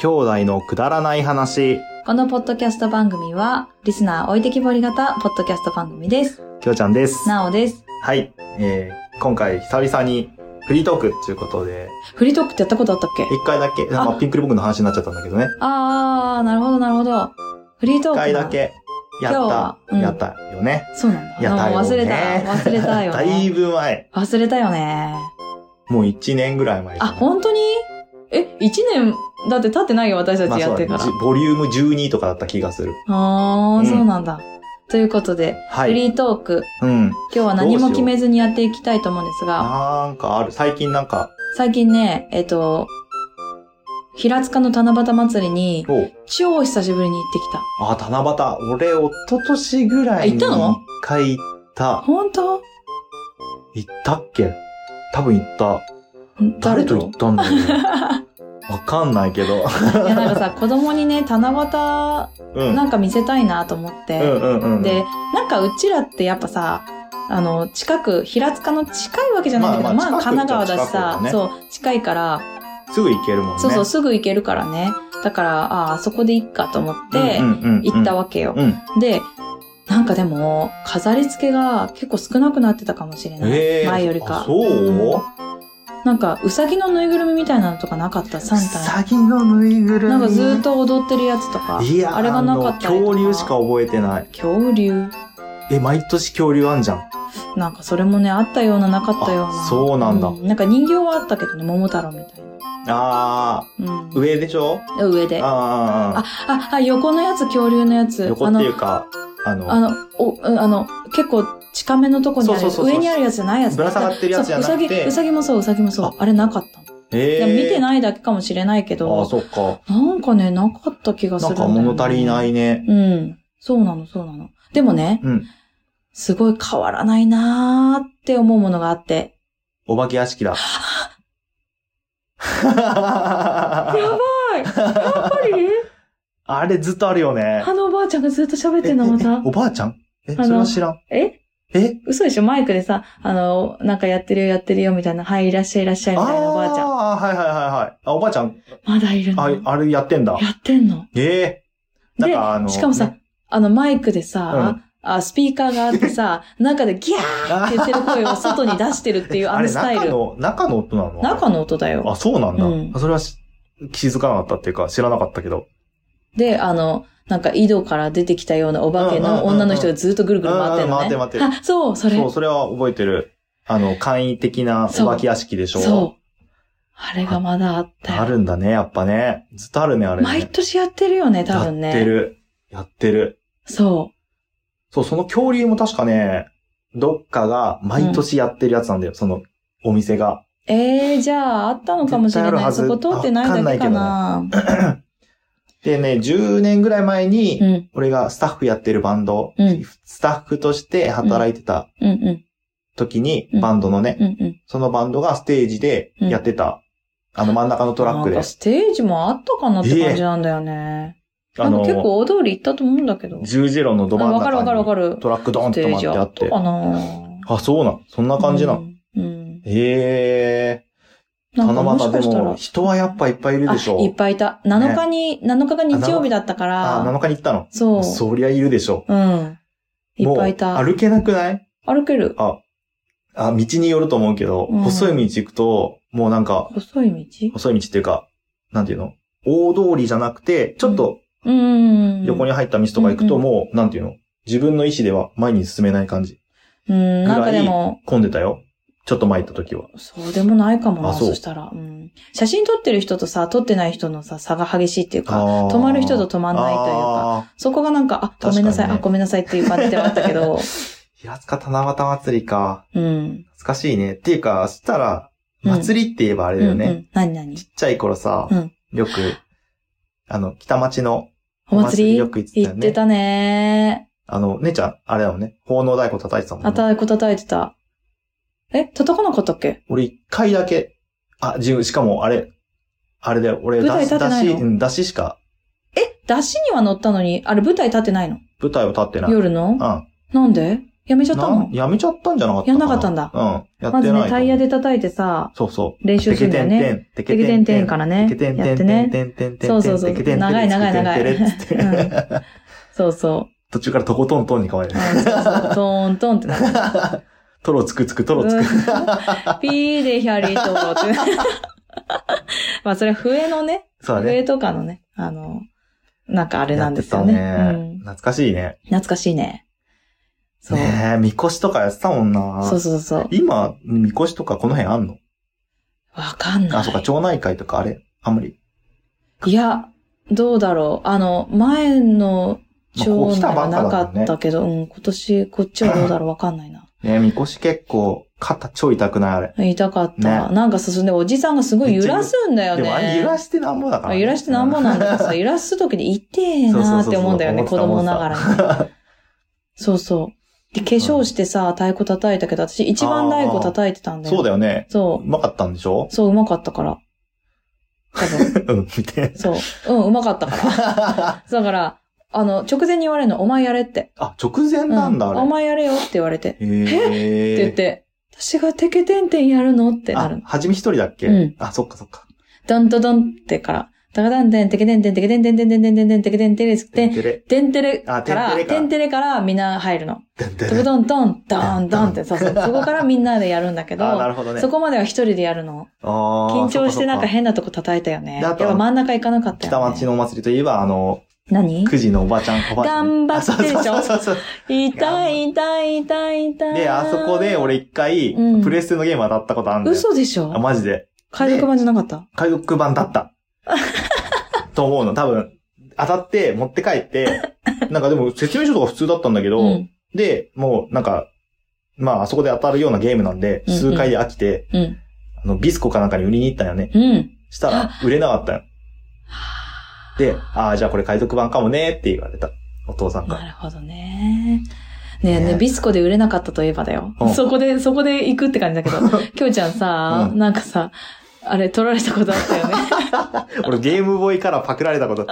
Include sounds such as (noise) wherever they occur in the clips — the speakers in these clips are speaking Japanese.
兄弟のくだらない話。このポッドキャスト番組は、リスナー置いてきぼり型ポッドキャスト番組です。きょうちゃんです。なおです。はい。えー、今回久々にフリートークっていうことで、フリートークってやったことあったっけ一回だけ、まあ、ピンクリボックの話になっちゃったんだけどね。あー、なるほど、なるほど。フリートー一ク。回だ。け、や今日っはた、うんやったよね。そうなんだ。やったもよね。う忘れた。忘れたよ、(laughs) ね。だいぶ前。忘れたよね。もう一年ぐらい前かあ、な。本当にえ、一年、だって経ってないよ、私たまちあやそっうだてねから。じボリューム12とかだった気がする。あー、うんそうなんだ。ということで、はフい。リートーク、うん。今日は何も決めずにやっていきたいと思うんですが、なんかある。最近なんか、最近ね、えっと、平塚の七夕祭りに、お超久しぶりに行ってきあ、た。七夕。俺、一昨年ぐらいにあ行ったの一回行った。本当行ったっけ多分行った。誰誰とと行ったんだろうね。 (laughs) わかんないけど。いや、なん (laughs) かさ、子供にね、七うん。夕うんなんか見せたいなと思って、うんうん。で、なんかうちらってやっぱさ、あの、近く、平塚の近いわけじゃないんだけまど、まああ、まあ神奈川だし近くっさ、ちゃ近くそう、近いから、すぐ行けるもんね。そうそう、すぐ行けるからね。だから、ああ、そこで行っかと思って、行ったわわけよ。うん。で、なんかでも、飾り付けが結構少なくなってたかもしれない。ええ。前よりあか。そうなんか、うさぎのぬいぐるみみたいなのとかなかった、う3体。さぎのぬいぐるみ。なんかずっと踊ってるやつとか。いやーあれがなかったりとかあの恐竜しか覚えてない。恐竜。え、毎年恐竜あんじゃん。なんかそれもね、あったような、なかったようなあ。そうなんだなんか人形はあったけどね、桃太郎みたいあな。うんー、。上でしょ上で。あ、ああ、横のやつ、恐竜のやつ。ー、横あっていの、うか、あの、あの、お、うんあの、結構近めのとこにそうあるそう。そうそう上にあるやつじゃないやつ。ぶら下がってるやつじゃなくてそううさぎ、うさぎもそう、うさぎもそう。あれなかったの。えでえ。も見ていないだけかもしれないけあー、ど、そっか。なんかね、なかった気がすなるんだかよね物足りないね。うん。そうなの、そうなの。でもね、うんすごい変わらないなーって思うものがあって。お化け屋敷だ。ばいやっぱりあれずっとあるよね。 (laughs) あのおばあちゃんがずっと喋ってんのええまたえ。おばあちゃんえ、のそれは知らん。ええ嘘でしょマイクでさ、あの、なんかやってるよやってるよみたいな、はい、いらっしゃいいらっしゃいみたいなおばあちゃん。あーはいはいはいはい。あ、おばあちゃん、まだいるの。あやあれやってんだ。ってんの。ええなんでかあの、しかもさね、、あのマイクでうさ、あ、スピーカーがあってさ、中でギャーって言ってる声を外に出してるっていうああのれスタイ中ル。の、中の音なの中の音だよ。あ、そうなんだ。うんそれはし気づかなかったっていうか、知らなかったけど。で、あの、なんか井戸から出てきたようなお化けうんうんうんのうん女の人がずっとぐるぐる回ってるのね。うんうん回ってる回あ、そう、それ。そう、それは覚えてる。あの、簡易的なお化け屋敷でしょ。そう。あれがまだあったよ。あるんだね、やっぱね。ずっとあるね、あれね。毎年やってるよね、多分ね。やってる。やってる。そそう、その恐竜も確かね、どっかが毎年やってるやつなんだよ、そのお店が。う。えー、じゃあ、あったのかもしれ絶対あるな。はいずそこ通ってないだけかな。でね、10年ぐらい前に、うん、俺がスタッフやってるバンド、うんスタッフとして働いてたうん、うん、時に、うんバンドのね、うん、うん。そのバンドがステージでやってた、あの真ん中のトラックなんでか。ステージもあったかなって感じなんだよね。あなんか結の、構大通り行ったと思うんだけど。十字路のどあ真んわかるわかるわ中かにる。トラックドーンスってテ止ーまってジああっったて。かなあ、そうなん。そんな感じな。うんうん。へえ。なんかもし七か夕しでたもら。人はやっぱいっぱいいるでしょあいっぱいいた。7日に、7日が日曜日だったかあ、ら、 7日に行ったの。そう。そりゃいるでしょ。うん。いっぱいいもた。う歩けなくない歩ける。あ、道によると思うけど、うん細い道行くと、もうなんか、細い道細い道っていうか、なんていうの大通りじゃなくて、ちょっとうん。横に。に入った道とか行くうと、んもう、なんていうの自分の意思では前に進めない感じ。うん、なんかでも、混んでたよ。ちょっと前行った時は。そうでもないかもな、あそうそしたら。うん。写真撮ってる人とさ、撮ってない人のさ、差が激しいっていうか、あー止まる人と止まんないというか、あそこがなんか、あ、確かごにねめんなさい、あ、ごめんなさいっていう感じではあったけ (laughs) ど、ー平塚七夕祭りか。うん。懐かしいね。っていうか、そしたら、うん祭りって言えばあれうだよん、うね。ん。何何ちっちゃい頃さ、うんよく、あの、北町の、おお祭祭りりよく行ってたよね行ってたねあの、姉ちゃん、あれだもんね、奉納太鼓叩いてたもんね。あたいこ叩いてた。え、叩かなかったっけ俺一回だけ、あ、自分、しかもあれ、あれだよ、俺、舞だ台し、立ってだないし、のうん、だししか、え、出しには乗ったのに、あれ舞台立ってないの舞台を立ってない。夜のうん。なんでやめちゃったなんのやめちゃったんじゃなかったやんなかったんだうん。やまってずない。ね、タイヤ。で叩いてさ、そうそう。練習するんだよね。テケテケテテンンテテンン。からねテケテン。やテってンテンね。テンテンテンテンテンテンそうそうそうテケテンテンテン長い長い長いテケテンテンテンテンテンってそうそ途中からとことんとんに変わるう。う。んそうそうトーントーンってなる。トロつくつ (laughs) く、トロつく。ピーでヒャリーとろって。 (laughs) まあそれは笛のね、そうだね。笛とかのね、あの、なんかあれなんですよやってたね。うん懐かしいね。懐かしいね。そう。ねえ、みこしとかやってたもんな。そうそうそう。今、みこしとかこの辺あんのわかんない。あ、そうか、町内会とかあれあんまり。いや、どうだろう。あの、前のまあ町こう来内たばはっかだなもんねかったけど、うん、今年こっちはどうだろうわかんな (clears throat) いな。ねえ、みこし結構、肩ちょい痛くないあれ。痛かった。ねなんか進んで、おじさんがすごい揺らすんだよね。でもあれ揺らしてなんぼだから、揺らしてなんぼなんだ (laughs) けどさ、揺らす時に痛えなーって思うんだよね、そ子うそうそうそう供ながらに。 (laughs) そうそう。で、化粧してさ、太鼓叩いたけど、私一番太鼓叩いてたんだよ。そうだよね。そうまかったんでしょ (laughs) う。そう、うまかったから。多分。うん、みたいな。そう。うん、うまかったから。だから、あの、直前に言われるの、お前やれって。あ、直前なんだ、うあおれ。前やれよって言われて。ってへえ。って言って、私がテケテンテンやるのってなるあの、。はじめ一人だっけ、うんあ、そっかそっか。ドンドドンってから、タカダンテン、テケテンテン、テケテンテンテンテンテンテンテンテケテンテレステン、てれ。テンテレか、あテンテレかららテンテレからみんな入るの。てんてドブれ。ドンドン、ドンドンって、そうそう。そこからみんなでやるんだけあ、など、るほどね。そこまでは一人でやるの。あー緊張してなんかそっそっ変なとこ叩いたよね。でやあっとぱ真ん中行かなかった北よね。町のお祭りといえば、あの、何くじのおばちゃん、おばちゃん。頑張ってでしょあそうそうそうそう痛い痛い痛い痛い。で、あそこで俺、一回うん、プレステのゲーム当たったことあるんだよ。嘘でしあ、ょマジで。海賊版じゃなかった海賊版だ (laughs) った。と思うの、多分。当たって、持って帰 (laughs) って、なんかでも説明書とか普通だったんだけど、うん。で、もうなんか、まああそこで当たるようなゲームなんで、うんうん数回で飽きて、うん。あの、ビスコかなんかに売りに行ったんよね。うん。したら、売れなかったよ。で、ああ、じゃあこれ海賊版かもねって言われた。お父さんから。なるほどね。ねえねえ、ねビスコで売れなかったといえばだようん。そこで、そこで行くって感じだけ (laughs) ど、きょうちゃんさ、うんなんかさ、あれ取られたことあったよね。 (laughs) 俺ゲームボーイからパクられたこと。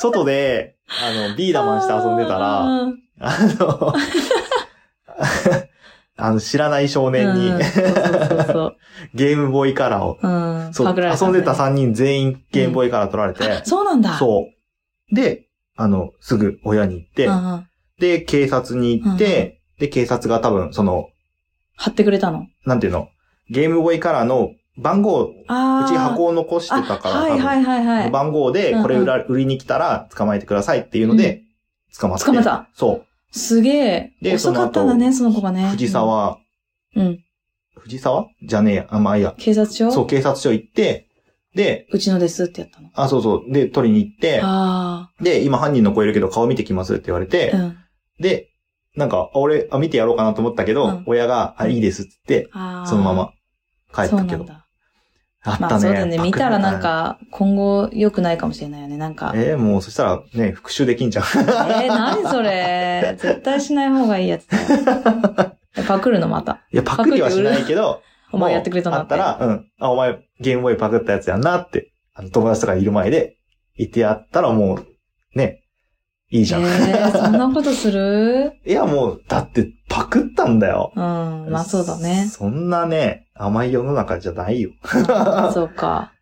外で、あの、ビーダマンして遊んでたら、あうん、の、 (laughs) あの、知らない少年に、うんそうそうそう (laughs) ゲームボーイカラーを、そう。うん。そう、パクられた遊んでたさ3人全員ゲームボーイカラー取られて、そうなんだ。そう。で、あの、すぐ親に行って、うんうん。で、警察に行って、で、警察が多分、その、貼ってくれたの。なんていうの、ゲームボーイカラーの番号を、うああ。ち箱を残してたから、あは多い分はいはいはい。番号で、これ売ら、売りに来たら捕まえてくださいっていうので、捕まって。捕まった。そすげえ。で遅かったんだね、その子がう。ね。藤沢、うん。藤沢じゃねえや。あ、まあいいや。警察署そう、警察署行って、で、うちのですってやったの。あ、そうそう。で、取りに行って、あで、今犯人の子いるけど顔見てきますって言われて、あ。うん。で、なんか、あ俺、あ、見てやろうかなと思ったけど、うん親が、あ、いいですって言って、ああ。そのまま帰っそうたなけんど。だ。あったね。まあそうだよね。パク見たらなんはい。か、今後良くないかもしれないよね。なんか。(laughs) ええーもうそしたらね、復讐できん (laughs) じゃん。ー、何それ。 (laughs) 絶対しない方がいいやつだよ。パクるのまた。いや、パクリはしないけど、お前やってくれたんだあったら、うん。あ、お前、ゲームボーイパクったやつやんなって、あの、友達とかいる前で、言ってやったらもう、ね、いいじゃん。えー、そんなことする (laughs) いや、もう、だって、パクったんだよ。うん。まあそう (laughs) だね。そんなね、甘い世の中じゃない (laughs) よ。うんそうか。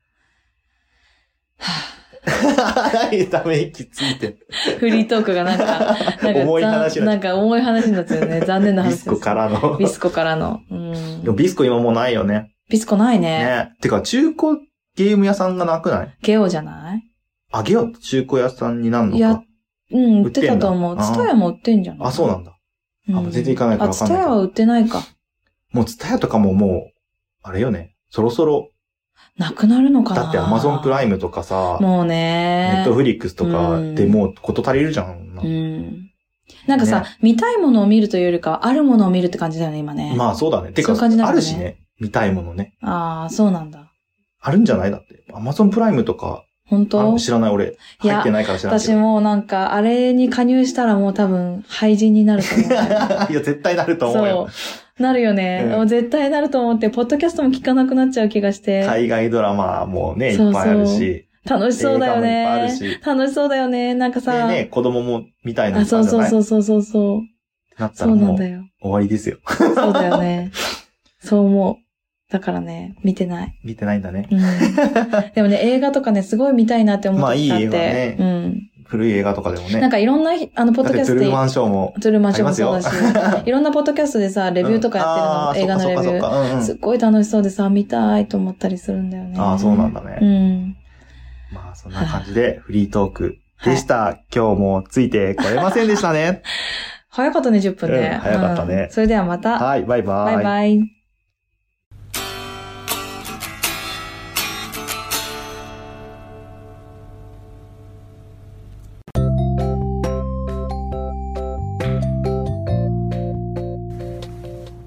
何ため息ついてんフリートークがなんか、なんか重い話ざんにななっんか重い話になっちゃうね。残念なのビ話です。スコから (laughs) の。ビスコからの。うんで。もビスコ今もうないよね。ビスコないね。ね。てか、中古ゲーム屋さんがなくないゲオじゃないあげよう中古屋さんになるのいやか。うん、売売っってんだてたと思う。あーツタヤも売ってんじゃないあ、そうなんだ。あ全然行かないからあ、わかツんないけタどヤは売ってないか。もう、ツタヤとかももう、あれよね。そろそろ、なくなるのかなだってアマゾンプライムとかさ、もうネッねトフリックスとかうんでもうこと足りるじゃん。うん。なんかさ、見たいものを見るというよりかは、あるものを見るって感じだよね、今ね。まあそうだね。てか、そういう感じなあんだねるしね。見たいものね。ああ、そうなんだ。あるんじゃないだって。アマゾンプライムとか、本あ当知らない俺。いや入ってないから知らないけ私ど。もなんか、あれに加入したらもう多分、廃人になると思う。 (laughs) いや、絶対な (laughs) ると思うよ。そう。なるよね。うんもう絶対なると思って、ポッドキャストも聞かなくなっちゃう気がして。海外ドラマもね、そいうっぱいあるそうし。楽しそうだよ映画もいっぱいあねるし。楽しそうだよね。なんかでさ。ね、子供も見たいのいあ、っぱいそあうるじゃそうないそうそうそうそう。なったそらうなもんうだ終よ。わりですよ。そうだよね。そう思う。だからね、見てない。見てないんだね。うん、でもね、映画とかね、すごい見たいなって思まあっていいきたっ映て。画ねうん。古い映画とかでもなんね。かいろんな、あの、ポッだっドてキトゥャストルでーマンショーも。トゥルーマンあシりョーまもすそうよだし、いろんなポッドキャストでさ、レビューとかやってるの、映画のレビうんュあーそっー。かそっかそっかうんうんすっごい楽しそうでさ、見たいと思ったりするんだよね。ああ、そうなんだうね。ん。まあ、そんな感じで、フリートークでした。今日もついてこれませんでした (laughs) ね。早かったね、10分ね。うん早かったねうんそれではまた。はい、バイバイ。バイバイ。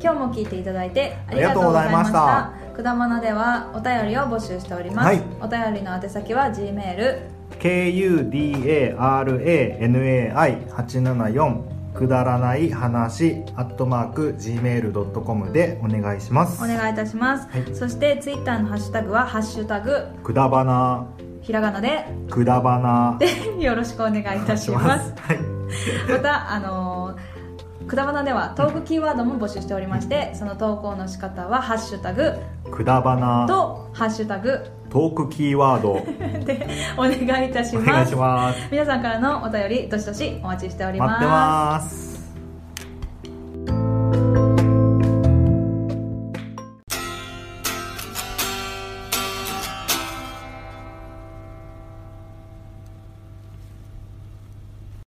今日も聞いていただいてありがとうございましたあくだまなではお便りを募集しております、はいお便りの宛先は G メール kudaranai874 くだらない話アットマーク gmail.com でお願いしますお願いいたします、はいそしてツイッターのハッシュタグは「ハッシュタグくだばなひらがなでくだばな」よろしくお願いいたします (laughs) はいまたあのーくだばなではトークキーワードも募集しておりましてその投稿の仕方は「ハッシュタグくだば」なと「ハッシュタグトークキーワード」でお願いいたしお願まいすします皆さんからのお便りどしどしお待ちしており待ってます